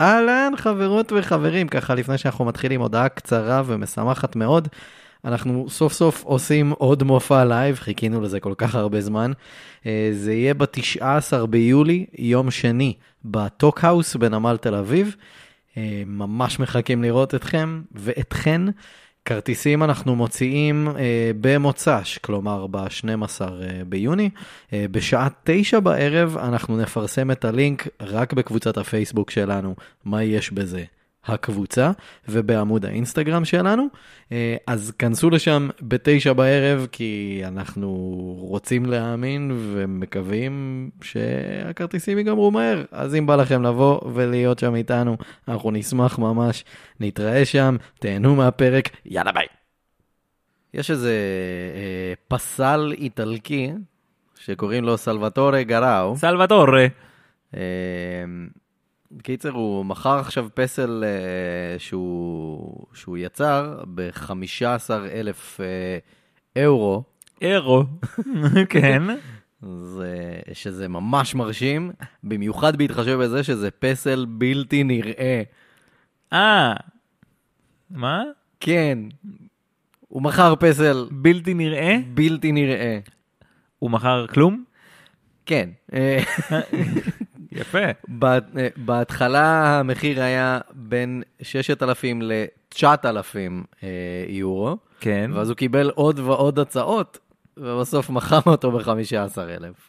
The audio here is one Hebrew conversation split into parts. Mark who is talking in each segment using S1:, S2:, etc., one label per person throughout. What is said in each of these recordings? S1: אהלן, חברות וחברים, ככה לפני שאנחנו מתחילים, הודעה קצרה ומשמחת מאוד. אנחנו סוף סוף עושים עוד מופע לייב, חיכינו לזה כל כך הרבה זמן. אה, זה יהיה ב-19 ביולי, יום שני, בטוקהאוס בנמל תל אביב. אה, ממש מחכים לראות אתכם ואתכן. כרטיסים אנחנו מוציאים אה, במוצ"ש, כלומר ב-12 אה, ביוני. אה, בשעה 9 בערב אנחנו נפרסם את הלינק רק בקבוצת הפייסבוק שלנו, מה יש בזה. הקבוצה ובעמוד האינסטגרם שלנו. אה, אז כנסו לשם בתשע בערב, כי אנחנו רוצים להאמין ומקווים שהכרטיסים ייגמרו מהר. אז אם בא לכם לבוא ולהיות שם איתנו, אנחנו נשמח ממש. נתראה שם, תהנו מהפרק, יאללה ביי. יש איזה אה, פסל איטלקי שקוראים לו סלווטורה גראו.
S2: סלווטורה.
S1: אמ, קיצר, הוא מכר עכשיו פסל אה, שהוא, שהוא יצר ב-15 אלף אה, אירו,
S2: אירו. כן.
S1: זה, שזה ממש מרשים, במיוחד בהתחשב בזה שזה פסל בלתי נראה.
S2: אה. מה?
S1: כן, הוא מכר פסל
S2: בלתי נראה?
S1: בלתי נראה.
S2: הוא מכר כלום?
S1: כן, אה,
S2: יפה.
S1: בת- אה, בהתחלה המחיר היה בין 6,000 ל-9,000 יורו.
S2: כן.
S1: ואז הוא קיבל עוד ועוד הצעות, ובסוף מכר אותו ב-15,000.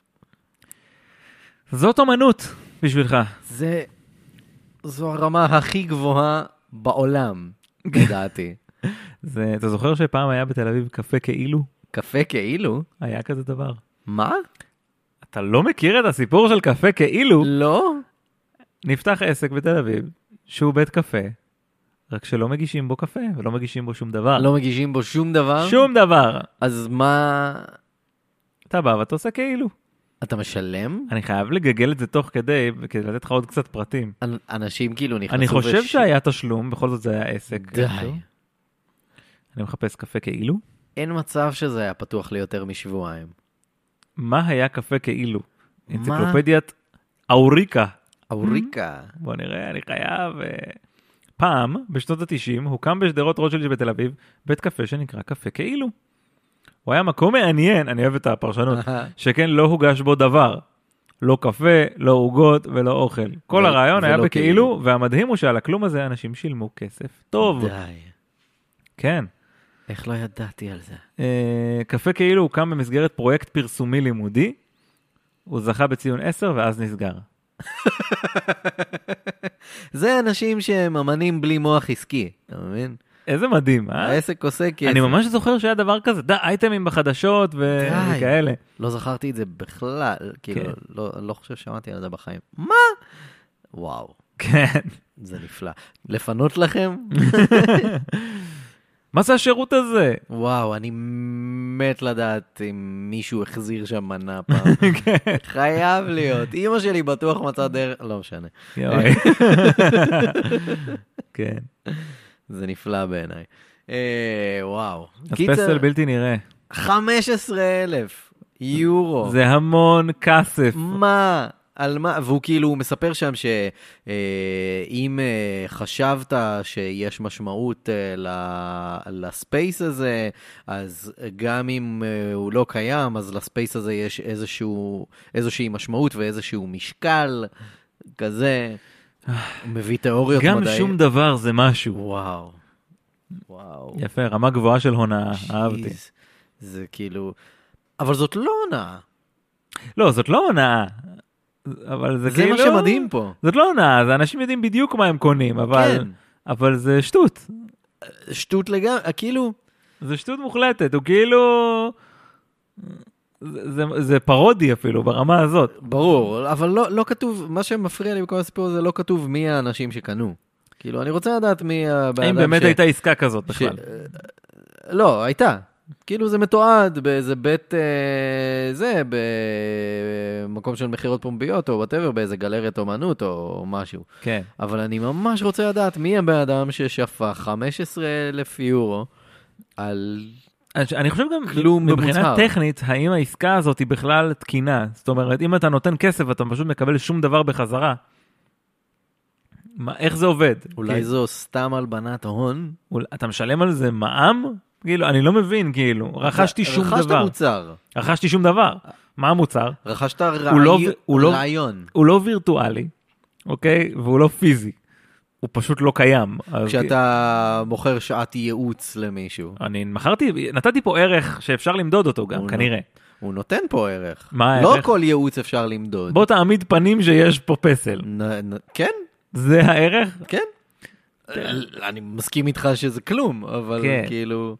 S2: זאת אומנות בשבילך.
S1: זה... זו הרמה הכי גבוהה בעולם, לדעתי.
S2: זה, אתה זוכר שפעם היה בתל אביב קפה כאילו?
S1: קפה כאילו?
S2: היה כזה דבר.
S1: מה?
S2: אתה לא מכיר את הסיפור של קפה כאילו?
S1: לא?
S2: נפתח עסק בתל אביב, שהוא בית קפה, רק שלא מגישים בו קפה ולא מגישים בו שום דבר.
S1: לא מגישים בו שום דבר?
S2: שום דבר.
S1: אז מה...
S2: אתה בא ואתה עושה כאילו.
S1: אתה משלם?
S2: אני חייב לגגל את זה תוך כדי, כדי לתת לך עוד קצת פרטים.
S1: אנ- אנשים כאילו נכנסו...
S2: אני חושב
S1: בש-
S2: שהיה תשלום, בכל זאת זה היה עסק.
S1: די.
S2: איכשהו. אני מחפש קפה כאילו.
S1: אין מצב שזה היה פתוח ליותר משבועיים.
S2: מה היה קפה כאילו? אנציקלופדיית אוריקה.
S1: אוריקה.
S2: בוא נראה, אני חייב... אה, פעם, בשנות ה-90, הוקם בשדרות רוטשילד שבתל אביב, בית קפה שנקרא קפה כאילו. הוא היה מקום מעניין, אני אוהב את הפרשנות, שכן לא הוגש בו דבר. לא קפה, לא עוגות ולא אוכל. כל
S1: ו-
S2: הרעיון היה
S1: ולא כאילו.
S2: בכאילו, והמדהים הוא שעל הכלום הזה אנשים שילמו כסף טוב.
S1: די.
S2: כן.
S1: איך לא ידעתי על זה?
S2: אה, קפה כאילו הוקם במסגרת פרויקט פרסומי לימודי, הוא זכה בציון 10 ואז נסגר.
S1: זה אנשים שהם אמנים בלי מוח עסקי, אתה מבין?
S2: איזה מדהים, אה?
S1: העסק עושה כסף.
S2: אני ממש זוכר שהיה דבר כזה, די, אייטמים בחדשות ו-
S1: די.
S2: וכאלה.
S1: לא זכרתי את זה בכלל, כאילו,
S2: כן.
S1: לא, לא חושב ששמעתי על זה בחיים. מה? וואו,
S2: כן.
S1: זה נפלא. לפנות לכם?
S2: מה זה השירות הזה?
S1: וואו, אני מת לדעת אם מישהו החזיר שם מנה פעם.
S2: כן.
S1: חייב להיות. אימא שלי בטוח מצאה דרך, לא משנה.
S2: יואי. כן.
S1: זה נפלא בעיניי. אה, וואו.
S2: אז פסל בלתי נראה.
S1: 15,000 יורו.
S2: זה המון כסף.
S1: מה? על מה? והוא כאילו, הוא מספר שם שאם אה, חשבת שיש משמעות אה, ל- לספייס הזה, אז גם אם אה, הוא לא קיים, אז לספייס הזה יש איזשהו, איזושהי משמעות ואיזשהו משקל כזה. הוא מביא תיאוריות
S2: גם
S1: מדעי-
S2: שום דבר זה משהו.
S1: וואו. וואו.
S2: יפה, רמה גבוהה של הונאה, אהבתי.
S1: שיז. זה כאילו... אבל זאת לא הונאה.
S2: לא, זאת לא הונאה, אבל זה
S1: זה
S2: כאילו...
S1: מה שמדהים פה.
S2: זאת לא הונאה, זה אנשים יודעים בדיוק מה הם קונים, אבל,
S1: כן.
S2: אבל זה שטות,
S1: שטות לגמרי, כאילו...
S2: זה שטות מוחלטת, הוא כאילו... זה, זה, זה פרודי אפילו ברמה הזאת.
S1: ברור, אבל לא, לא כתוב, מה שמפריע לי בכל הסיפור הזה, לא כתוב מי האנשים שקנו. כאילו, אני רוצה לדעת מי הבן
S2: האם
S1: אדם
S2: באמת
S1: ש...
S2: הייתה עסקה כזאת
S1: ש...
S2: בכלל?
S1: לא, הייתה. כאילו זה מתועד באיזה בית, אה, זה, במקום של מכירות פומביות או וואטאבר, באיזה גלריית אומנות או משהו.
S2: כן.
S1: אבל אני ממש רוצה לדעת מי הבן אדם ששפך 15,000 יורו על...
S2: אני ש- אני חושב גם,
S1: כלום
S2: מבחינה
S1: במוצהר.
S2: טכנית, האם העסקה הזאת היא בכלל תקינה? זאת אומרת, אם אתה נותן כסף ואתה פשוט מקבל שום דבר בחזרה, מה, איך זה עובד?
S1: אולי
S2: כי-
S1: כאילו, זו סתם הלבנת הון?
S2: אול- אתה משלם על זה מע"מ? כאילו, אני לא מבין, כאילו, רכשתי שום
S1: רכשת
S2: דבר.
S1: מוצר,
S2: רכשתי שום דבר. מה המוצר?
S1: רכשת
S2: לא-
S1: רעי-
S2: הוא לא-
S1: רעיון.
S2: הוא לא וירטואלי, אוקיי? והוא לא פיזי. הוא פשוט לא קיים. אז
S1: כשאתה מוכר שעת ייעוץ למישהו,
S2: אני מכרתי, נתתי פה ערך שאפשר למדוד אותו גם,
S1: הוא לא-
S2: כנראה.
S1: הוא נותן פה ערך.
S2: מה
S1: לא
S2: הערך?
S1: כל ייעוץ אפשר למדוד.
S2: בוא תעמיד פנים שיש פה פסל.
S1: נ- נ- כן,
S2: זה הערך?
S1: כן. אני מסכים איתך שזה כלום, אבל
S2: כן.
S1: כאילו,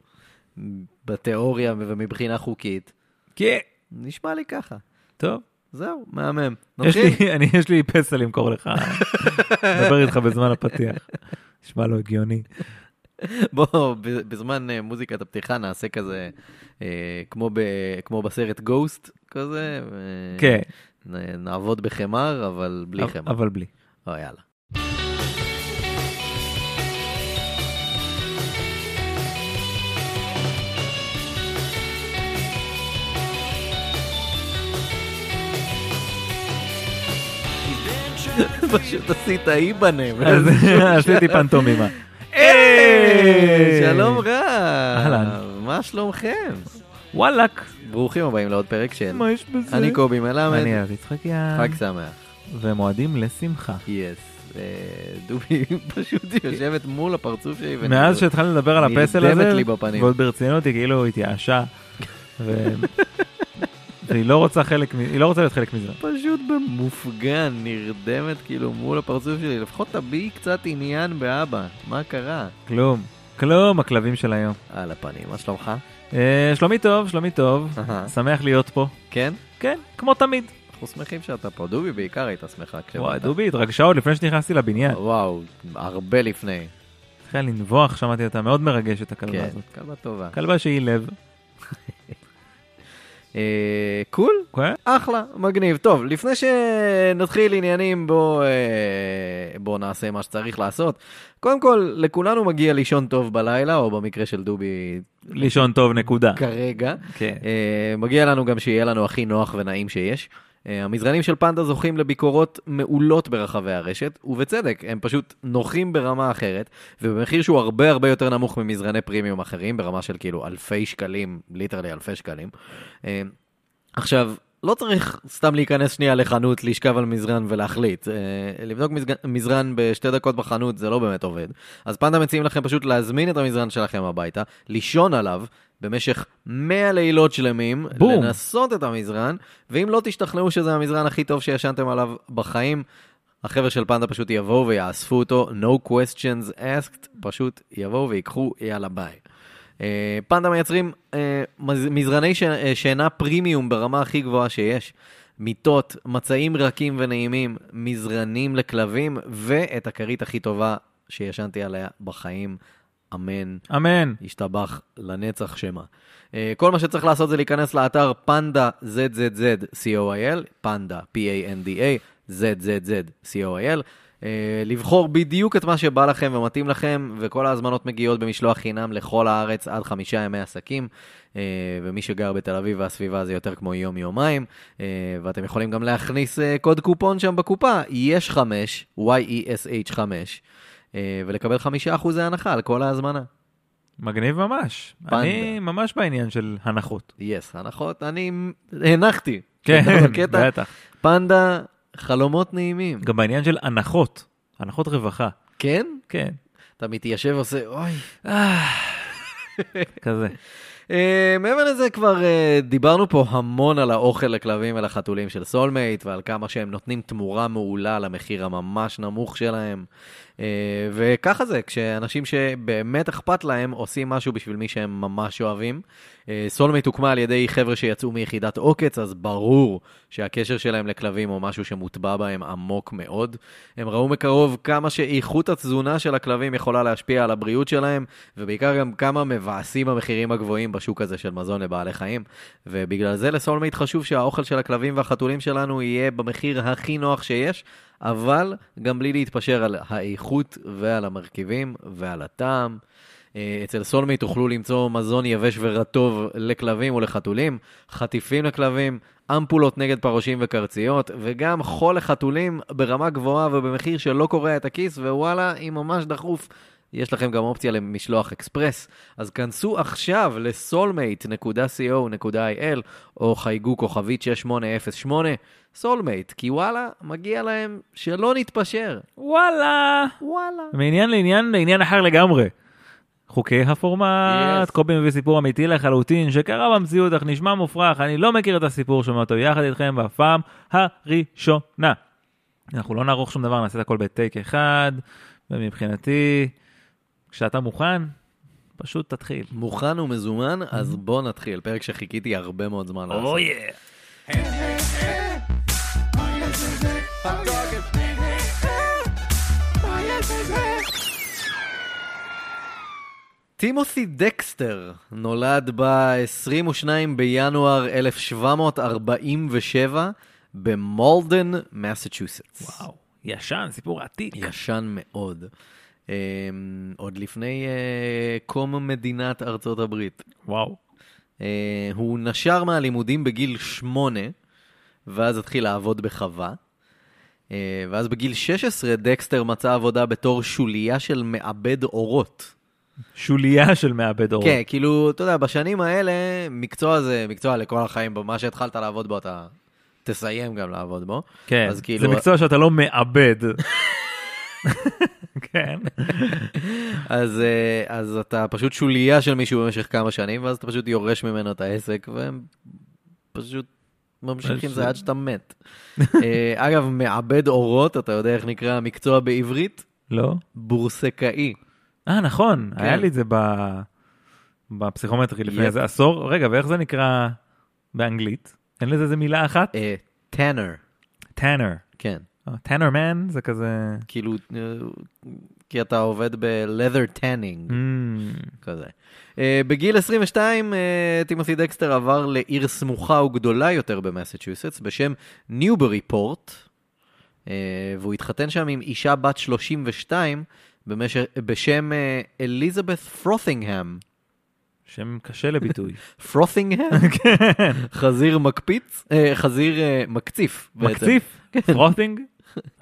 S1: בתיאוריה ומבחינה חוקית,
S2: כן.
S1: נשמע לי ככה.
S2: טוב.
S1: זהו, מהמם. אוקיי?
S2: יש
S1: נמשיך.
S2: לי, אני, יש לי פסל למכור לך. נדבר איתך בזמן הפתיח. נשמע לא הגיוני.
S1: כן, בוא, ב- בזמן אה, מוזיקת הפתיחה נעשה כזה, אה, כמו, ב, כמו בסרט גוסט כזה, ו-
S2: כן,
S1: נ- נעבוד בחמר, אבל בלי
S2: אבל-
S1: חמר.
S2: אבל בלי.
S1: או, יאללה. פשוט עשית אי בנם.
S2: אז עשיתי פנטומימה.
S1: היי, שלום רב.
S2: אהלן.
S1: מה שלומכם?
S2: וואלאק.
S1: ברוכים הבאים לעוד פרק של
S2: מה יש בזה?
S1: כן. אני קובי מלמד,
S2: אני ארז יצחקיה.
S1: חג שמח.
S2: ומועדים לשמחה.
S1: יס. אה, דובי פשוט יושבת מול הפרצוף שלי. ואני-
S2: מאז שהתחלנו לדבר על הפסל הזה,
S1: נרדמת לי בפנים.
S2: ועוד ברצינות היא כאילו התייאשה. ו- והיא לא רוצה חלק, מ- היא לא רוצה להיות חלק מזה.
S1: פשוט במופגן, נרדמת כאילו מול הפרצוף שלי. לפחות תביעי קצת עניין באבא. מה קרה?
S2: כלום. כלום הכלבים של היום.
S1: על הפנים, מה שלומך?
S2: אה, שלומי טוב, שלומי טוב.
S1: אהה.
S2: שמח להיות פה.
S1: כן?
S2: כן, כמו תמיד.
S1: אנחנו שמחים שאתה פה. דובי בעיקר הייתה שמחה כשבאת.
S2: וואי, דובי התרגשה עוד לפני שנכנסתי
S1: כן.
S2: לבניין.
S1: וואו, הרבה לפני.
S2: התחילה לנבוח, שמעתי אותה מאוד מרגשת הכלבה
S1: כן,
S2: הזאת.
S1: כלבה טובה.
S2: כלבה שהיא לב.
S1: אה, קול?
S2: כן?
S1: אחלה, מגניב. טוב, לפני שנתחיל עניינים, בואו אה, בוא נעשה מה שצריך לעשות. קודם כל, לכולנו מגיע לישון טוב בלילה, או במקרה של דובי
S2: לישון טוב, נקודה.
S1: כרגע.
S2: כן.
S1: אה, מגיע לנו גם שיהיה לנו הכי נוח ונעים שיש. אה, המזרנים של פנדה זוכים לביקורות מעולות ברחבי הרשת, ובצדק, הם פשוט נוחים ברמה אחרת, ובמחיר שהוא הרבה הרבה יותר נמוך ממזרני פרימיום אחרים, ברמה של כאילו אלפי שקלים, ליטרלי אלפי שקלים. אה, עכשיו, לא צריך סתם להיכנס שנייה לחנות, לשכב על מזרן ולהחליט. אה, לבדוק מזג- מזרן בשתי דקות בחנות זה לא באמת עובד. אז פנדה מציעים לכם פשוט להזמין את המזרן שלכם הביתה, לישון עליו במשך 100 לילות שלמים,
S2: בום.
S1: לנסות את המזרן, ואם לא תשתכנעו שזה המזרן הכי טוב שישנתם עליו בחיים, החבר'ה של פנדה פשוט יבואו ויאספו אותו, no questions asked, פשוט יבואו ויקחו, יאללה ביי. אה, פנדה מייצרים אה, מז- מזרני ש- אה, שינה פרימיום ברמה הכי גבוהה שיש. מיטות, מצעים רכים ונעימים, מזרנים לכלבים, ואת הכרית הכי טובה שישנתי עליה בחיים, אמן.
S2: אמן.
S1: השתבח לנצח שמא. אה, כל מה שצריך לעשות זה להיכנס לאתר פנדה ZZZ.co.il, פנדה, P-A-N-D-A, ZZZ.co.il, אה, לבחור בדיוק את מה שבא לכם ומתאים לכם, וכל ההזמנות מגיעות במשלוח חינם לכל הארץ עד חמישה ימי עסקים, אה, ומי שגר בתל אביב והסביבה זה יותר כמו יום-יומיים, אה, ואתם יכולים גם להכניס אה, קוד קופון שם בקופה, יש חמש, Y-E-S-H חמש, אה, ולקבל חמישה אחוזי הנחה על כל ההזמנה.
S2: מגניב ממש.
S1: פנדה.
S2: אני ממש בעניין של הנחות.
S1: יס, הנחות, אני הנחתי.
S2: כן,
S1: בקטע,
S2: בטח.
S1: פנדה, חלומות נעימים.
S2: גם בעניין של הנחות. הנחות רווחה.
S1: כן?
S2: כן.
S1: אתה מתיישב עושה, אוי.
S2: כזה.
S1: אה, מעבר לזה, כבר אה, דיברנו פה המון על האוכל לכלבים ולחתולים של סולמייט, ועל כמה שהם נותנים תמורה מעולה למחיר הממש נמוך שלהם. אה, וככה זה, כשאנשים שבאמת אכפת להם, עושים משהו בשביל מי שהם ממש אוהבים. אה, סולמייט הוקמה על ידי חבר'ה שיצאו מיחידת עוקץ, אז ברור שהקשר שלהם לכלבים הוא משהו שמוטבע בהם עמוק מאוד. הם ראו מקרוב כמה שאיכות התזונה של הכלבים יכולה להשפיע על הבריאות שלהם, ובעיקר גם כמה מבאסים המחירים הגבוהים בשוק הזה של מזון לבעלי חיים. ובגלל זה לסולמייט חשוב שהאוכל של הכלבים והחתולים שלנו יהיה במחיר הכי נוח שיש, אבל גם בלי להתפשר על האיכות ועל המרכיבים ועל הטעם. אה, אצל סולמי תוכלו למצוא מזון יבש ורטוב לכלבים ולחתולים, חטיפים לכלבים, אמפולות נגד פרושים וקרציות, וגם חול לחתולים ברמה גבוהה ובמחיר שלא קורע את הכיס, ווואלה, אם ממש דחוף, יש לכם גם אופציה למשלוח אקספרס, אז כנסו עכשיו ל-soulmate.co.il או חייגו כוכבית 6808, soulmate, כי וואלה, מגיע להם שלא נתפשר.
S2: וואלה.
S1: וואלה.
S2: מעניין לעניין, לעניין אחר לגמרי. חוקי הפורמט,
S1: Yes.
S2: קובי מביא סיפור אמיתי לחלוטין שקרה במציאות אך נשמע מופרך, אני לא מכיר את הסיפור, שומע אותו יחד איתכם בפעם הראשונה. אנחנו לא נערוך שום דבר, נעשה את הכל בטייק אחד, ומבחינתי, כשאתה מוכן, פשוט תתחיל.
S1: מוכן ומזומן, אז בוא נתחיל, פרק שחיכיתי הרבה מאוד זמן לעשות.
S2: אויה.
S1: טימותי דקסטר נולד ב-22 בינואר 1747 במולדן, מסצ'וסטס.
S2: וואו, ישן, סיפור עתיק.
S1: ישן מאוד. אמ, עוד לפני אה, קום מדינת ארצות הברית.
S2: וואו.
S1: אה, הוא נשר מהלימודים בגיל שמונה, ואז התחיל לעבוד בחווה. אה, ואז בגיל 16 דקסטר מצא עבודה בתור שוליה של מעבד אורות.
S2: שוליה של מעבד אורות.
S1: כן, כאילו, אתה יודע, בשנים האלה, מקצוע זה מקצוע לכל החיים, במה שהתחלת לעבוד בו, אתה תסיים גם לעבוד בו.
S2: כן,
S1: אז כאילו-
S2: זה מקצוע שאתה לא מעבד. כן.
S1: אז, אה, אז אתה פשוט שוליה של מישהו במשך כמה שנים, ואז אתה פשוט יורש ממנו את העסק, והם פשוט ממשיכים
S2: פשוט.
S1: זה עד שאתה מת. אה, אגב, מעבד אורות, אתה יודע איך נקרא המקצוע בעברית?
S2: לא?
S1: בורסקאי.
S2: אה, נכון,
S1: כן.
S2: היה לי את זה ב- בפסיכומטרי לפני
S1: יפ.
S2: איזה עשור. רגע, ואיך זה נקרא באנגלית? אין לזה איזה מילה אחת?
S1: טאנר,
S2: טאנר.
S1: אה, כן.
S2: טאנר מן זה כזה...
S1: כאילו, אה, כי אתה עובד ב-leather tanning.
S2: Mm,
S1: כזה. Uh, בגיל 22, uh, טימותי דקסטר עבר לעיר סמוכה וגדולה יותר במסצ'וסטס בשם ניוברי פורט, uh, והוא התחתן שם עם אישה בת 32 במש... בשם אה, אליזבת פרות'ינגהם.
S2: שם קשה לביטוי.
S1: פרות'ינגהם?
S2: כן.
S1: חזיר מקפיץ? אה, חזיר אה, מקציף בעצם.
S2: מקציף? פרותינג?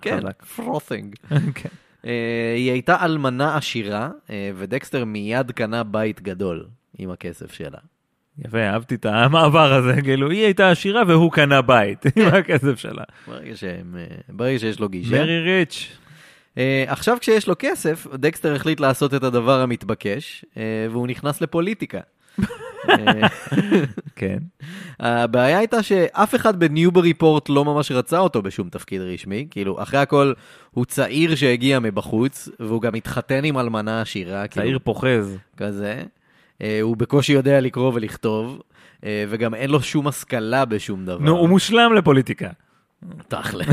S1: כן,
S2: חזק.
S1: פרות'ינג.
S2: כן.
S1: אה, היא הייתה אלמנה עשירה, אה, ודקסטר מיד קנה בית גדול עם הכסף שלה.
S2: יפה, אהבתי את המעבר הזה, כאילו, היא הייתה עשירה והוא קנה בית עם הכסף שלה.
S1: ברגע, שהם, אה, ברגע שיש לו גישה.
S2: מרי ריץ'.
S1: אה, עכשיו כשיש לו כסף, דקסטר החליט לעשות את הדבר המתבקש, אה, והוא נכנס לפוליטיקה. אה,
S2: כן.
S1: הבעיה הייתה שאף אחד בניובריפורט לא ממש רצה אותו בשום תפקיד רשמי, כאילו, אחרי הכל, הוא צעיר שהגיע מבחוץ, והוא גם התחתן עם אלמנה עשירה, כאילו,
S2: צעיר פוחז.
S1: כזה. אה, הוא בקושי יודע לקרוא ולכתוב, אה, וגם אין לו שום השכלה בשום דבר.
S2: נו, הוא מושלם לפוליטיקה.
S1: תכל'ס.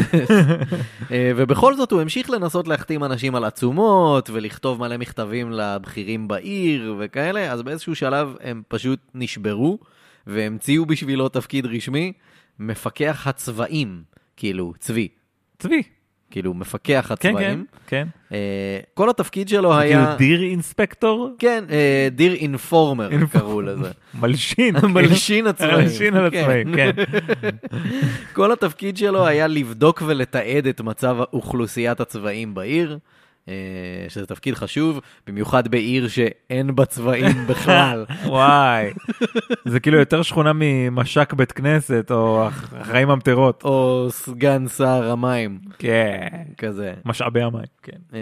S1: אה, ובכל זאת הוא המשיך לנסות להחתים אנשים על עצומות ולכתוב מלא מכתבים לבכירים בעיר וכאלה, אז באיזשהו שלב הם פשוט נשברו והמציאו בשבילו תפקיד רשמי, מפקח הצבעים, כאילו, צבי,
S2: צבי.
S1: כאילו, מפקח
S2: כן,
S1: הצבעים.
S2: כן, כן.
S1: אה, כל התפקיד שלו
S2: כאילו
S1: היה...
S2: דיר אינספקטור?
S1: כן, אה, דיר אינפורמר
S2: אינפורמר.
S1: קראו לזה.
S2: מלשין.
S1: מלשין הצבעים.
S2: מלשין על
S1: כן.
S2: עצמאים, כן.
S1: כל התפקיד שלו היה לבדוק ולתעד את מצב אוכלוסיית הצבעים בעיר, אה, שזה תפקיד חשוב, במיוחד בעיר שאין בה צבעים בכלל.
S2: וואי. זה כאילו יותר שכונה ממשק בית כנסת או אח- אחראים ממטרות.
S1: או סגן שר המים,
S2: כן.
S1: כזה.
S2: משאבי המים. כן.
S1: אה,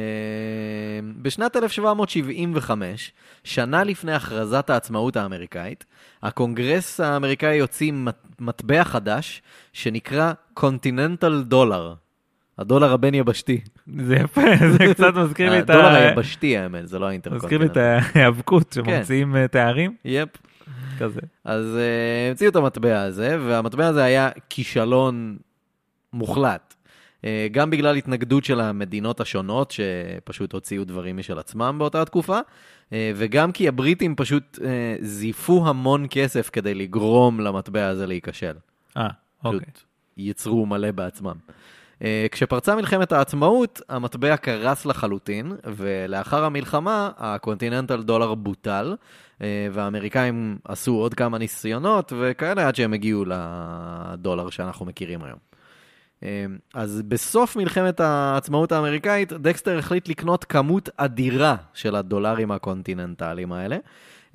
S1: בשנת 1775, שנה לפני הכרזת העצמאות האמריקאית, הקונגרס האמריקאי הוציא מט- מטבע חדש שנקרא Continental Dollar, הדולר הבין-יבשתי.
S2: זה יפה, זה קצת מזכיר לי את
S1: הדולר
S2: ה...
S1: היבשתי האמת, זה לא האינטרקונטיננט.
S2: מזכיר לי את
S1: כן.
S2: ההיאבקות שממציאים אה, תארים
S1: יפ.
S2: כזה.
S1: אז אה, המציאו את המטבע הזה, והמטבע הזה היה כישלון מוחלט. אה, גם בגלל התנגדות של המדינות השונות, שפשוט הוציאו דברים משל עצמם באותה התקופה, אה, וגם כי הבריטים פשוט אה, זיפו המון כסף כדי לגרום למטבע הזה להיכשל.
S2: אה,
S1: פשוט
S2: אוקיי.
S1: יצרו מלא בעצמם. אה, כשפרצה מלחמת העצמאות, המטבע קרס לחלוטין, ולאחר המלחמה, הקונטיננטל דולר בוטל, אה, והאמריקאים עשו עוד כמה ניסיונות וכאלה עד שהם הגיעו לדולר שאנחנו מכירים היום. אה, אז בסוף מלחמת העצמאות האמריקאית, דקסטר החליט לקנות כמות אדירה של הדולרים הקונטיננטליים האלה,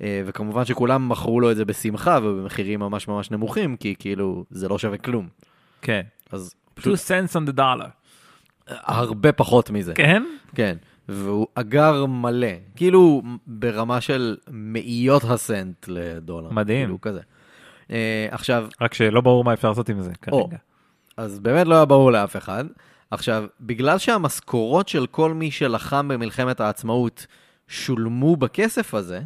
S1: אה, וכמובן שכולם מכרו לו את זה בשמחה ובמחירים ממש ממש נמוכים, כי כאילו זה לא שווה כלום.
S2: כן.
S1: אז
S2: two
S1: פשוט
S2: cents on the dollar.
S1: הרבה פחות מזה.
S2: כן?
S1: כן, והוא אגר מלא, כאילו ברמה של מאיות הסנט לדולר.
S2: מדהים.
S1: כאילו כזה. אה, עכשיו,
S2: רק שלא ברור מה אפשר לעשות עם זה
S1: או,
S2: כרגע.
S1: אז באמת לא היה ברור לאף אחד. עכשיו, בגלל שהמשכורות של כל מי שלחם במלחמת העצמאות שולמו בכסף הזה,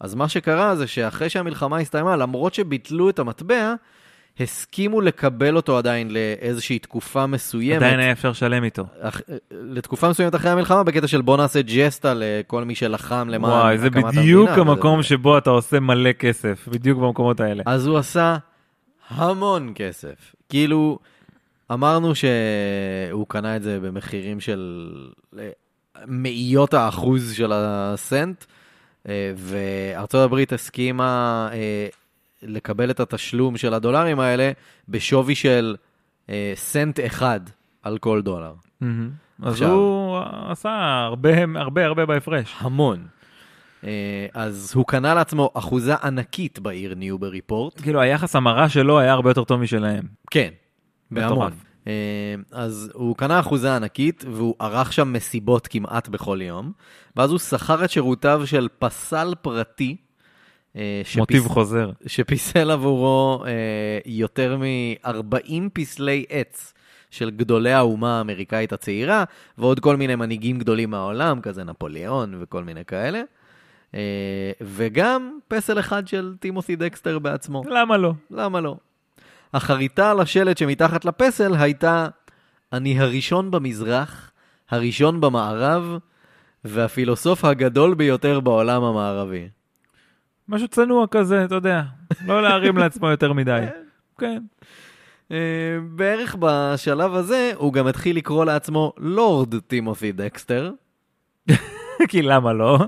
S1: אז מה שקרה זה שאחרי שהמלחמה הסתיימה, למרות שביטלו את המטבע, הסכימו לקבל אותו עדיין לאיזושהי תקופה מסוימת.
S2: עדיין היה אפשר לשלם איתו.
S1: אח- לתקופה מסוימת אחרי המלחמה, בקטע של בוא נעשה ג'סטה לכל מי שלחם למען
S2: וואי, זה
S1: הקמת
S2: בדיוק
S1: המדינה,
S2: המקום
S1: וזה- אה,
S2: שבו אתה עושה מלא כסף, בדיוק במקומות האלה.
S1: אז הוא עשה המון כסף. כאילו, אמרנו שהוא קנה את זה במחירים של אה, מאיות האחוז של הסנט, אה, וארצות הברית הסכימה אה, לקבל את התשלום של הדולרים האלה בשווי של אה, סנט אחד על כל דולר.
S2: מהמם. אז
S1: עכשיו-
S2: הוא עשה הרבה הרבה הרבה בהפרש.
S1: המון. אה, אז הוא קנה לעצמו אחוזה ענקית בעיר ניוברי פורט.
S2: כאילו היחס המרה שלו היה הרבה יותר טוב משלהם.
S1: כן,
S2: מטורף.
S1: בהמון. אה, אז הוא קנה אחוזה ענקית, והוא ערך שם מסיבות כמעט בכל יום, ואז הוא שכר את שירותיו של פסל פרטי, אה, שפיס-
S2: מוטיב חוזר.
S1: שפיסל עבורו אה, יותר מ-40 פסלי עץ. של גדולי האומה האמריקאית הצעירה, ועוד כל מיני מנהיגים גדולים מהעולם, כזה נפוליאון וכל מיני כאלה. אה, וגם פסל אחד של טימותי דקסטר בעצמו.
S2: למה לא?
S1: למה לא? החריטה על השלט שמתחת לפסל הייתה, אני הראשון במזרח, הראשון במערב, והפילוסוף הגדול ביותר בעולם המערבי.
S2: משהו צנוע כזה, אתה יודע. לא להרים לעצמו יותר מדי. כן.
S1: אה, בערך בשלב הזה הוא גם התחיל לקרוא לעצמו לורד טימותי דקסטר.
S2: כי למה לא?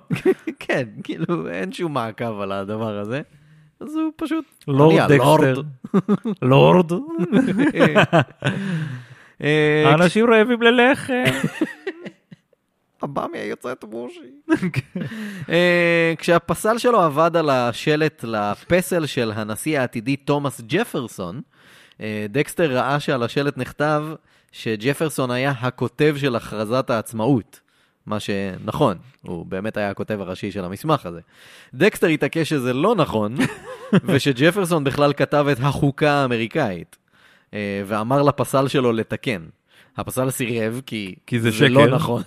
S1: כן, כאילו אין שום מעקב על הדבר הזה. אז הוא פשוט...
S2: לורד
S1: אני
S2: דקסטר.
S1: הלורד.
S2: לורד.
S1: אה,
S2: האנשים רעבים ללחם.
S1: אבמיה יוצאת בושי. אה, כשהפסל שלו עבד על השלט לפסל של הנשיא העתידי תומאס ג'פרסון, אה, דקסטר ראה שעל השלט נכתב שג'פרסון היה הכותב של הכרזת העצמאות. מה שנכון, הוא באמת היה הכותב הראשי של המסמך הזה. דקסטר התעקש שזה לא נכון, ושג'פרסון בכלל כתב את החוקה האמריקאית, אה, ואמר לפסל שלו לתקן. הפסל סירב כי,
S2: כי זה
S1: זה לא
S2: שקר.
S1: נכון.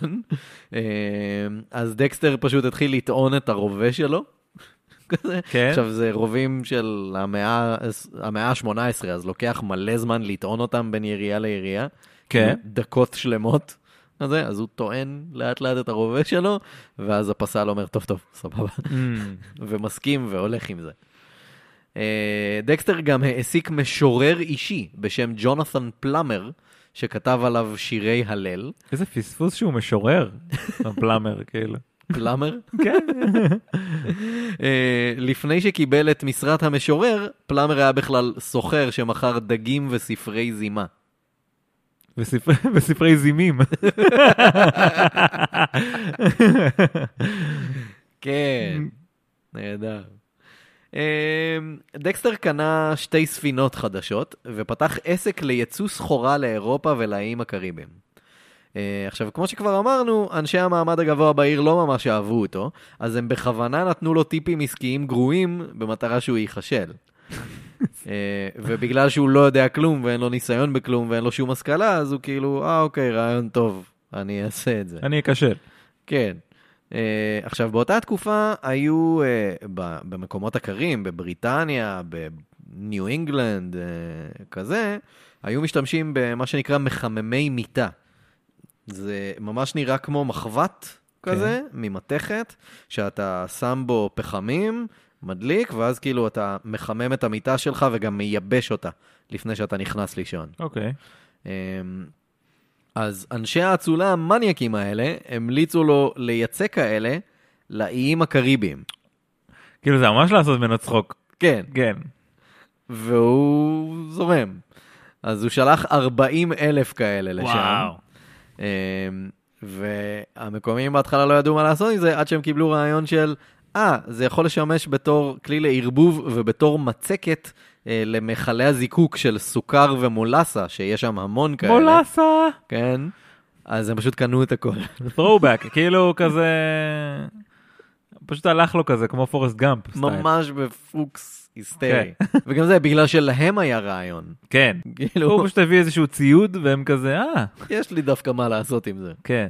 S1: אה, אז דקסטר פשוט התחיל לטעון את הרובה שלו. כזה.
S2: כן.
S1: עכשיו, זה רובים של המאה המאה ה-18, אז לוקח מלא זמן לטעון אותם בין ירייה לירייה.
S2: כן.
S1: דקות שלמות. אז זה, אז הוא טוען לאט לאט את הרובה שלו, ואז הפסל אומר, טוב, טוב, סבבה. כן. ומסכים והולך עם זה. אה, דקסטר גם העסיק משורר אישי בשם ג'ונת'ן פלאמר, שכתב עליו שירי הלל.
S2: איזה פספוס שהוא משורר, הפלאמר, כאילו.
S1: פלאמר?
S2: כן.
S1: אה, לפני שקיבל את משרת המשורר, פלאמר היה בכלל סוחר שמכר דגים וספרי זימה.
S2: בספרי- בספרי זימים.
S1: כן, נהדר. אמ, דקסטר קנה שתי ספינות חדשות, ופתח עסק לייצוא סחורה לאירופה ולאיים הקריביים. אה, עכשיו, כמו שכבר אמרנו, אנשי המעמד הגבוה בעיר לא ממש אהבו אותו, אז הם בכוונה נתנו לו טיפים עסקיים גרועים במטרה שהוא ייכשל. אה, ובגלל שהוא לא יודע כלום ואין לו ניסיון בכלום ואין לו שום השכלה, אז הוא כאילו, אה, אוקיי, רעיון טוב, אני אעשה את זה.
S2: אני אכשל.
S1: כן. Uh, עכשיו, באותה תקופה היו uh, ב- במקומות הקרים, בבריטניה, בניו אינגלנד, uh, כזה, היו משתמשים במה שנקרא מחממי מיטה. זה ממש נראה כמו מחבת כזה, כן. ממתכת, שאתה שם בו פחמים, מדליק, ואז כאילו אתה מחמם את המיטה שלך וגם מייבש אותה לפני שאתה נכנס לישון.
S2: אוקיי.
S1: אמ, אז אנשי האצולה המניאקים האלה המליצו לו לייצא כאלה לאיים הקריביים.
S2: כאילו זה ממש לעשות ממנו צחוק.
S1: כן,
S2: כן.
S1: והוא זורם. אז הוא שלח 40 אלף כאלה לשם.
S2: וואו.
S1: אמ, והמקומיים בהתחלה לא ידעו מה לעשות עם זה, עד שהם קיבלו רעיון של, אה, זה יכול לשמש בתור כלי לערבוב ובתור מצקת אה, למכלי הזיקוק של סוכר ומולאסה, שיש שם המון כאלה.
S2: מולאסה.
S1: כן. אז הם פשוט קנו את הכל.
S2: throwback, כאילו כזה... פשוט הלך לו כזה, כמו פורסט גאמפ. סטייל.
S1: ממש בפוקס היסטרי. וגם זה בגלל שלהם היה רעיון.
S2: כן. הוא
S1: כאילו,
S2: פשוט הביא איזשהו ציוד, והם כזה, אה,
S1: יש לי דווקא מה לעשות עם זה.
S2: כן.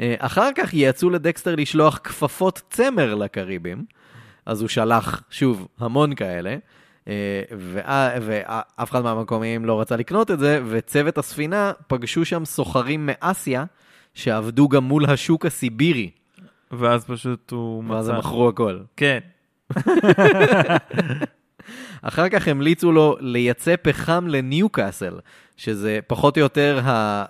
S1: אה, אחר כך ייעצו לדקסטר לשלוח כפפות צמר לקריבים, אז הוא שלח, שוב, המון כאלה, אה, ואה- ואף אחד מהמקומיים לא רצה לקנות את זה, וצוות הספינה פגשו שם סוחרים מאסיה, שעבדו גם מול השוק הסיבירי,
S2: ואז פשוט הוא מצא.
S1: ואז הם מכרו הכל.
S2: כן.
S1: אחר כך המליצו לו לייצא פחם לניוקאסל, שזה פחות או יותר ה...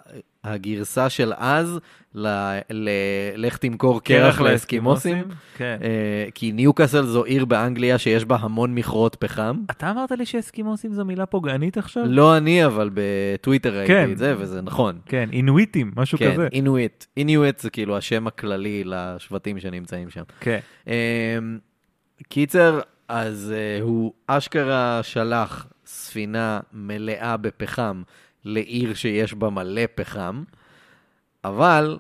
S1: הגרסה של אז, ל... ל... לך תמכור קרח לאסקימוסים.
S2: כן.
S1: אה, כי ניוקאסל זו עיר באנגליה שיש בה המון מכרות פחם.
S2: אתה אמרת לי שאסקימוסים זו מילה פוגענית עכשיו?
S1: לא אני, אבל בטוויטר
S2: כן.
S1: ראיתי את זה, וזה נכון.
S2: כן, אינוויטים, משהו
S1: כן,
S2: כזה.
S1: אינואיט. אינואיט זה כאילו השם הכללי לשבטים שנמצאים שם.
S2: כן.
S1: אה, קיצר, אז אה, הוא אשכרה שלח ספינה מלאה בפחם לעיר שיש בה מלא פחם, אבל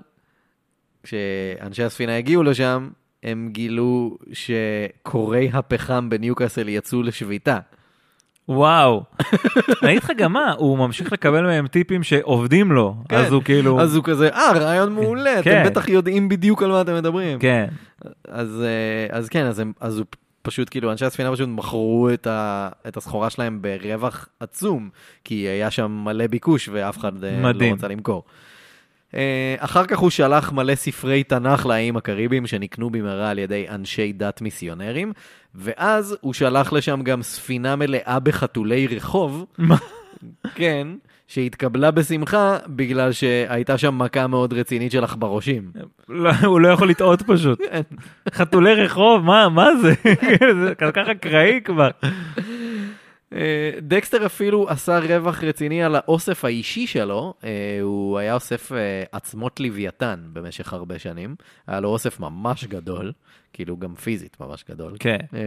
S1: כשאנשי הספינה הגיעו לשם, הם גילו שקורי הפחם בניוקאסל יצאו לשביתה.
S2: וואו. אני אגיד לך גם מה, הוא ממשיך לקבל מהם טיפים שעובדים לו,
S1: כן,
S2: אז הוא כאילו...
S1: אז הוא כזה, אה, רעיון מעולה,
S2: כן.
S1: אתם בטח יודעים בדיוק על מה אתם מדברים.
S2: כן.
S1: אז, אה, אז כן, אז, הם, אז הוא פשוט, כאילו, אנשי הספינה פשוט מכרו את, ה, את הסחורה שלהם ברווח עצום, כי היה שם מלא ביקוש ואף אחד אה,
S2: מדהים.
S1: לא רצה למכור. אה, אחר כך הוא שלח מלא ספרי תנ"ך לאיים הקריביים שנקנו במהרה על ידי אנשי דת מיסיונרים, ואז הוא שלח לשם גם ספינה מלאה בחתולי רחוב.
S2: מה?
S1: כן. שהתקבלה בשמחה בגלל שהייתה שם מכה מאוד רצינית של עכברושים.
S2: לא, הוא לא יכול לטעות פשוט.
S1: כן.
S2: חתולי רחוב, מה, מה זה? זה כל כך אקראי כבר.
S1: אה, דקסטר אפילו עשה רווח רציני על האוסף האישי שלו, אה, הוא היה אוסף אה, עצמות לוויתן במשך הרבה שנים, היה לו אוסף ממש גדול, כאילו גם פיזית ממש גדול.
S2: כן.
S1: אה,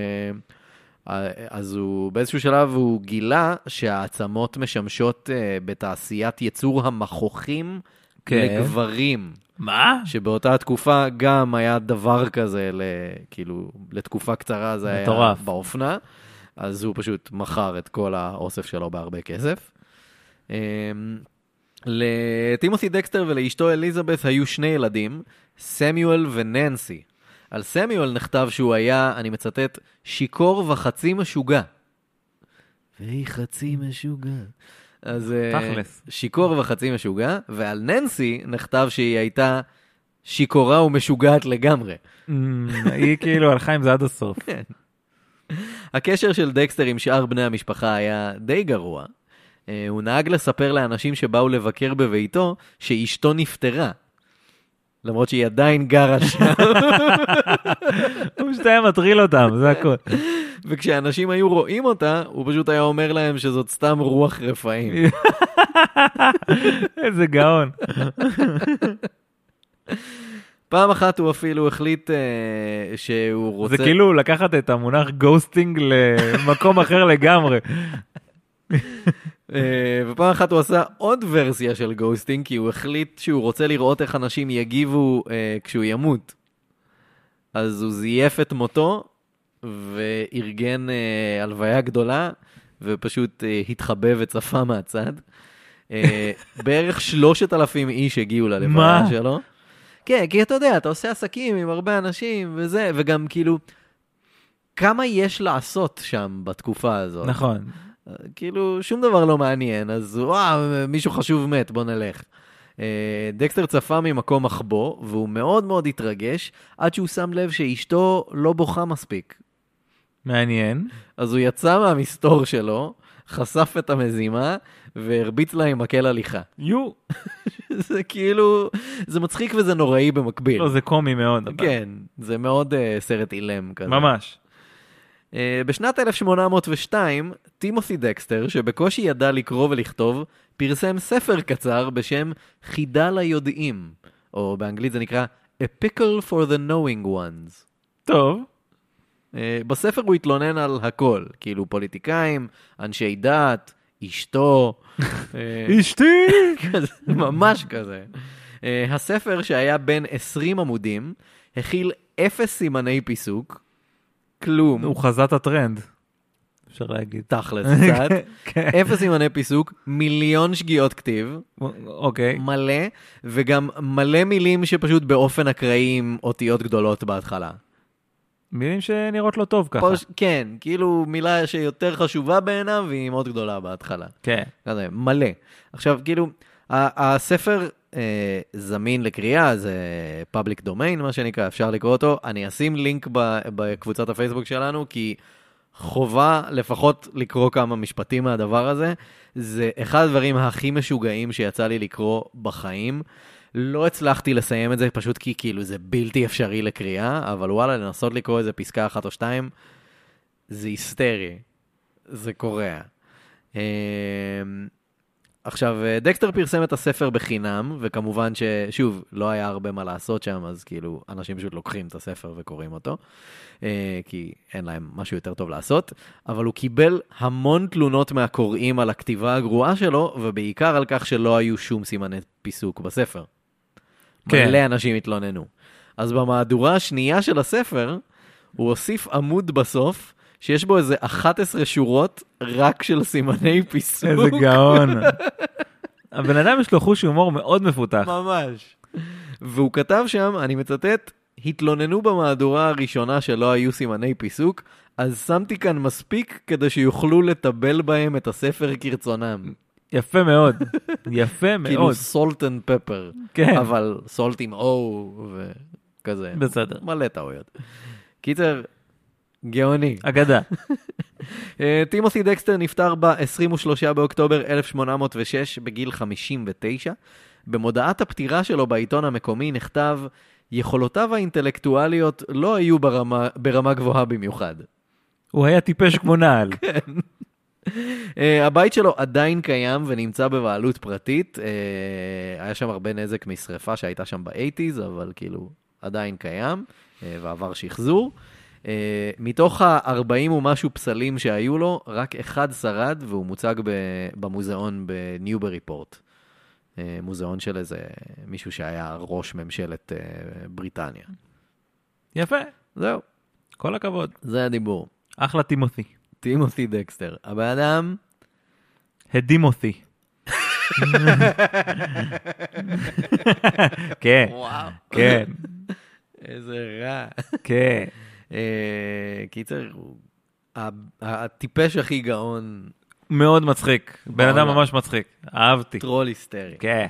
S1: אז הוא באיזשהו שלב הוא גילה שהעצמות משמשות אה, בתעשיית ייצור המכוכים
S2: כן.
S1: לגברים,
S2: מה?
S1: שבאותה התקופה גם היה דבר כזה, ל, כאילו, לתקופה קצרה זה היה
S2: מטורף.
S1: באופנה, אז הוא פשוט מכר את כל האוסף שלו בהרבה כסף. אמ, לטימותי דקסטר ולאשתו אליזבת היו שני ילדים, סמיואל וננסי. על סמיואל נכתב שהוא היה, אני מצטט, שיכור וחצי משוגע. והיא חצי משוגע. אז אה,
S2: תכלס.
S1: שיכור וחצי משוגע, ועל ננסי נכתב שהיא הייתה שיכורה ומשוגעת לגמרי.
S2: אמ, היא כאילו הלכה עם זה עד הסוף.
S1: הקשר של דקסטר עם שאר בני המשפחה היה די גרוע. אה, הוא נהג לספר לאנשים שבאו לבקר בביתו שאשתו נפטרה. למרות שהיא עדיין גרה שם,
S2: הוא פשוט היה מטריל אותם, זה הכל.
S1: וכשאנשים היו רואים אותה, הוא פשוט היה אומר להם שזאת סתם רוח רפאים.
S2: איזה גאון.
S1: פעם אחת הוא אפילו החליט אה, שהוא רוצה...
S2: זה כאילו לקחת את המונח גוסטינג למקום אחר לגמרי.
S1: אה, ופעם אחת הוא עשה עוד ורסיה של גוסטינג, כי הוא החליט שהוא רוצה לראות איך אנשים יגיבו אה, כשהוא ימות. אז הוא זייף את מותו, וארגן אה, הלוויה גדולה, ופשוט אה, התחבא וצפה מהצד. אה, בערך 3,000 איש הגיעו ללוויה
S2: מה?
S1: שלו. כן, כי אתה יודע, אתה עושה עסקים עם הרבה אנשים וזה, וגם כאילו, כמה יש לעשות שם בתקופה הזאת?
S2: נכון.
S1: כאילו, שום דבר לא מעניין, אז וואו, מישהו חשוב מת, בוא נלך. אה, דקסטר צפה ממקום מחבוא, והוא מאוד מאוד התרגש, עד שהוא שם לב שאשתו לא בוכה מספיק.
S2: מעניין.
S1: אז הוא יצא מהמסתור שלו, חשף את המזימה והרביץ לה עם מקל הליכה.
S2: יו,
S1: זה כאילו, זה מצחיק וזה נוראי במקביל.
S2: לא, זה קומי מאוד. אבל.
S1: כן, זה מאוד אה, סרט אילם כזה.
S2: ממש.
S1: אה, בשנת 1802, טימותי דקסטר, שבקושי ידע לקרוא ולכתוב, פרסם ספר קצר בשם חידה ליודעים, או באנגלית זה נקרא A Pickle for the Knowing Ones.
S2: טוב,
S1: אה, בספר הוא התלונן על הכל, כאילו פוליטיקאים, אנשי דת, אשתו. אה,
S2: אשתי!
S1: כזה, ממש כזה. אה, הספר שהיה בין 20 עמודים, הכיל אפס סימני פיסוק, כלום,
S2: הוא חזה את הטרנד, אפשר להגיד.
S1: תכלס קצת,
S2: כן.
S1: אפס סימני פיסוק, מיליון שגיאות כתיב,
S2: אוקיי.
S1: מלא, וגם מלא מילים שפשוט באופן אקראי עם אותיות גדולות בהתחלה.
S2: מילים שנראות לא טוב ככה.
S1: פוש- כן, כאילו מילה שיותר חשובה בעיניו והיא מאוד גדולה בהתחלה.
S2: כן.
S1: כזה, לא מלא. עכשיו, כאילו, ה- הספר אה, זמין לקריאה, זה public domain, מה שנקרא, אפשר לקרוא אותו. אני אשים לינק ב- בקבוצת הפייסבוק שלנו, כי חובה לפחות לקרוא כמה משפטים מהדבר הזה. זה אחד הדברים הכי משוגעים שיצא לי לקרוא בחיים. לא הצלחתי לסיים את זה, פשוט כי כאילו זה בלתי אפשרי לקריאה, אבל וואלה, לנסות לקרוא איזה פסקה אחת או שתיים, זה היסטרי. זה קורע. אמ, עכשיו, אה, דקסטר פרסם את הספר בחינם, וכמובן ששוב, לא היה הרבה מה לעשות שם, אז כאילו, אנשים פשוט לוקחים את הספר וקוראים אותו, אה, כי אין להם משהו יותר טוב לעשות, אבל הוא קיבל המון תלונות מהקוראים על הכתיבה הגרועה שלו, ובעיקר על כך שלא היו שום סימני פיסוק בספר.
S2: כן.
S1: כן. מלא אנשים התלוננו. אז במהדורה השנייה של הספר, הוא הוסיף עמוד בסוף, שיש בו איזה 11 שורות רק של סימני פיסוק.
S2: איזה גאון. הבן אדם יש לו חוש הומור מאוד מפותח.
S1: ממש. והוא כתב שם, אני מצטט, התלוננו במהדורה הראשונה שלא היו סימני פיסוק, אז שמתי כאן מספיק כדי שיוכלו לטבל בהם את הספר כרצונם.
S2: יפה מאוד. יפה מאוד.
S1: כאילו סולט אנד פפר,
S2: כן.
S1: אבל סולט עם או וכזה.
S2: בסדר.
S1: מלא טעויות. קיצר, גאוני.
S2: אגדה.
S1: אה, טימותי דקסטר נפטר ב-23 באוקטובר 1806 בגיל 59. במודעת הפטירה שלו בעיתון המקומי נכתב, יכולותיו האינטלקטואליות לא היו ברמה, ברמה גבוהה במיוחד.
S2: הוא היה טיפש כמו נעל.
S1: אה, הבית שלו עדיין קיים ונמצא בבעלות פרטית. אה, היה שם הרבה נזק משרפה שהייתה שם באייטיז, אבל כאילו עדיין קיים אה, ועבר שחזור. אה, מתוך ה-40 ומשהו פסלים שהיו לו, רק אחד שרד והוא מוצג ב- במוזיאון בניוברי פורט. אה, מוזיאון של איזה מישהו שהיה ראש ממשלת אה, בריטניה.
S2: יפה.
S1: זהו,
S2: כל הכבוד.
S1: זה הדיבור.
S2: אחלה טימות'י.
S1: טימותי דקסטר. הבן אדם
S2: הדימות'י. כן,
S1: וואו.
S2: כן,
S1: איזה רע.
S2: כן.
S1: אה, קיצר, הוא ה- הטיפש הכי גאון,
S2: מאוד מצחיק. בן אדם
S1: בעולם.
S2: ממש מצחיק. אהבתי.
S1: טרול היסטרי.
S2: כן.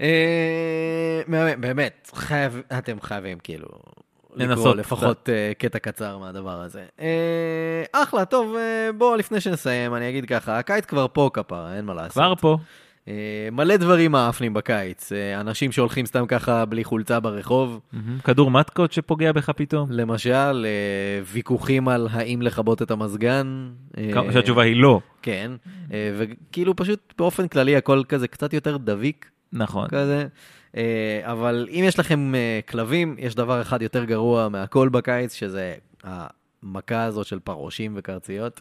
S1: אה, מהמם, באמת, חייב, אתם חייבים כאילו לקרוא
S2: לנסות
S1: לפחות אה, קטע קצר מהדבר הזה. אה, אחלה, טוב, אה, בואו לפני שנסיים, אני אגיד ככה, הקיץ כבר פה כפרה, אין מה לעשות.
S2: כבר פה.
S1: אה, מלא דברים מאפנים בקיץ, אה, אנשים שהולכים סתם ככה בלי חולצה ברחוב,
S2: מהמם. כדור מתקות שפוגע בך פתאום.
S1: למשל, אה, ויכוחים על האם לכבות את המזגן. אה,
S2: כמה שהתשובה היא לא.
S1: כן, אה, וכאילו פשוט באופן כללי הכל כזה קצת יותר דביק
S2: נכון.
S1: כזה, אה, אבל אם יש לכם אה, כלבים, יש דבר אחד יותר גרוע מהכל בקיץ, שזה המכה הזאת של פרעושים וקרציות.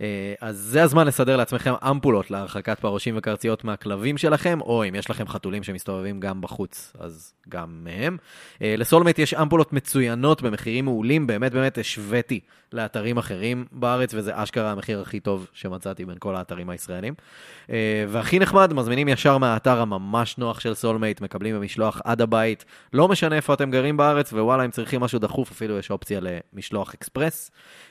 S1: אה, אז זה הזמן לסדר לעצמכם אמפולות להרחקת פרעושים וקרציות מהכלבים שלכם, או אם יש לכם חתולים שמסתובבים גם בחוץ, אז גם מהם. אה, לסולמט יש אמפולות מצוינות במחירים מעולים, באמת באמת השוויתי לאתרים אחרים בארץ, וזה אשכרה המחיר הכי טוב שמצאתי בין כל האתרים הישראלים. אה, והכי נחמד, מזמינים ישר מהאתר הממש נוח של סולמייט, מקבלים במשלוח עד הבית, לא משנה איפה אתם גרים בארץ, ווואלה, אם צריכים משהו דחוף, אפילו יש אופציה למשלוח אקספרס.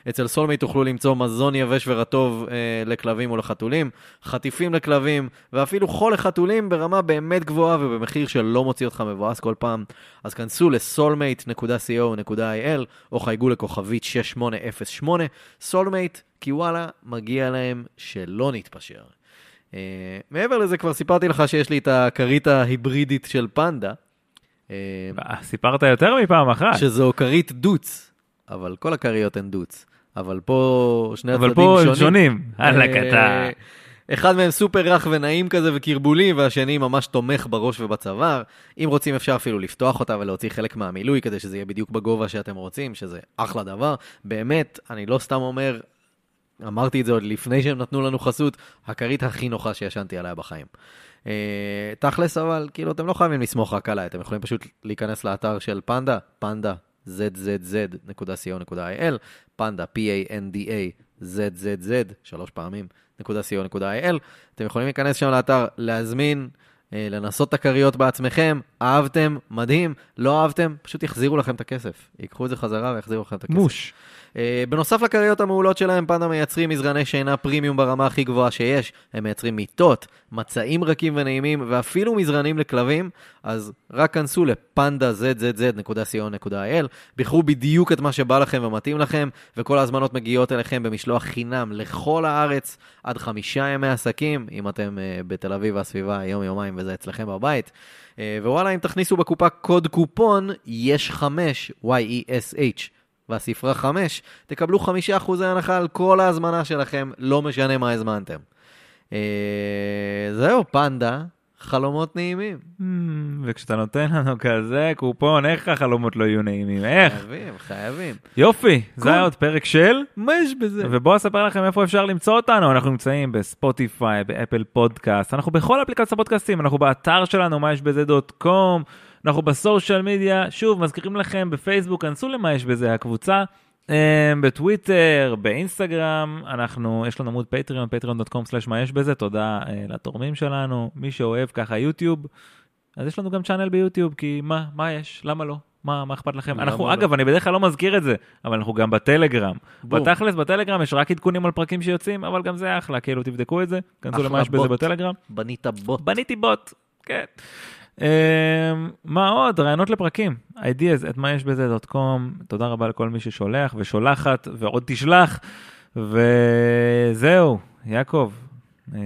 S1: אצל סולמייט תוכלו למצוא מזון יבש ורטוב אה, לכלבים ולחתולים, חטיפים לכלבים, ואפילו חול לחתולים ברמה באמת גבוהה ובמחיר שלא מוציא אותך מבואס כל פעם. אז כנסו לסולמייט.co.il או חייגו לכוכבית 6808, סולמייט, כי וואלה, מגיע להם שלא נתפשר. אה, מעבר לזה, כבר סיפרתי לך שיש לי את הכרית ההיברידית של פנדה, אה,
S2: אה, סיפרת יותר מפעם אחת,
S1: שזו כרית דוץ, אבל כל הכריות הן דוץ. אבל פה שני הצדדים
S2: אבל
S1: שונים.
S2: פה הם שונים. הלאה,
S1: אה,
S2: קטע.
S1: אחד מהם סופר רך ונעים כזה וקרבולי, והשני ממש תומך בראש ובצוואר. אם רוצים אפשר אפילו לפתוח אותה ולהוציא חלק מהמילוי כדי שזה יהיה בדיוק בגובה שאתם רוצים, שזה אחלה דבר. באמת, אני לא סתם אומר, אמרתי את זה עוד לפני שהם נתנו לנו חסות, הכרית הכי נוחה שישנתי עליה בחיים. אה, תכלס אבל, כאילו, אתם לא חייבים לסמוך רק עליי, אתם יכולים פשוט להיכנס לאתר של פנדה, פנדה, zzz.co.il, פנדה, p-a-n-d-a, zzz, שלוש פעמים, .co.il. אתם יכולים להיכנס שם לאתר, להזמין, אה, לנסות את הכריות בעצמכם, אהבתם, מדהים, לא אהבתם, פשוט יחזירו לכם את הכסף. ייקחו את זה חזרה ויחזירו לכם את הכסף.
S2: מוש.
S1: אה, בנוסף לכריות המעולות שלהם, פנדה מייצרים מזרני שינה פרימיום ברמה הכי גבוהה שיש. הם מייצרים מיטות, מצעים רכים ונעימים, ואפילו מזרנים לכלבים. אז רק כנסו לפנדה.zzz.co.il, בחרו בדיוק את מה שבא לכם ומתאים לכם, וכל ההזמנות מגיעות אליכם במשלוח חינם לכל הארץ, עד חמישה ימי עסקים, אם אתם אה, בתל אביב והסביבה יום-יומיים וזה אצלכם בבית. אה, ווואלה, אם תכניסו בקופה קוד קופון, יש חמש, E Y-E-S-H. והספרה 5, תקבלו 5% הנחה על כל ההזמנה שלכם, לא משנה מה הזמנתם. אה, זהו, פנדה, חלומות נעימים.
S2: וכשאתה נותן לנו כזה קופון, איך החלומות לא יהיו נעימים? איך?
S1: חייבים, חייבים.
S2: יופי,
S1: קול.
S2: זה היה עוד פרק של...
S1: מה יש בזה?
S2: ובואו אספר לכם איפה אפשר למצוא אותנו, אנחנו נמצאים בספוטיפיי, באפל פודקאסט, אנחנו בכל אפליקציות הפודקאסטים, אנחנו באתר שלנו, מה יש בזה דוט קום, אנחנו בסושיאל מדיה, שוב, מזכירים לכם בפייסבוק, כנסו למה יש בזה, הקבוצה, אה, בטוויטר, באינסטגרם, אנחנו, יש לנו עמוד פטריון, patreon.com/ מה יש בזה, תודה אה, לתורמים שלנו, מי שאוהב ככה יוטיוב, אז יש לנו גם צ'אנל ביוטיוב, כי מה, מה יש, למה לא? מה, מה אכפת לכם?
S1: למה
S2: אנחנו,
S1: לא?
S2: אגב, אני בדרך כלל לא מזכיר את זה, אבל אנחנו גם בטלגרם.
S1: בום.
S2: בתכלס, בטלגרם יש רק עדכונים על פרקים שיוצאים, אבל גם זה אחלה, כאילו, תבדקו את זה, כנסו
S1: אחלה
S2: למה יש בזה
S1: בוט.
S2: בטלגרם.
S1: בנית בוט.
S2: בניתי בוט, כן. אמ, מה עוד? רעיונות לפרקים. ideas, את מה יש בזה דוט קום. תודה רבה לכל מי ששולח ושולחת ועוד תשלח. וזהו, יעקב, אמ,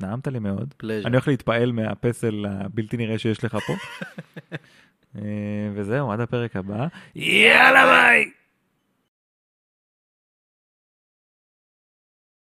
S2: נעמת לי מאוד.
S1: פלז'ר.
S2: אני הולך להתפעל מהפסל הבלתי נראה אמ, שיש לך פה. אה, וזהו, עד הפרק הבא. יאללה ביי!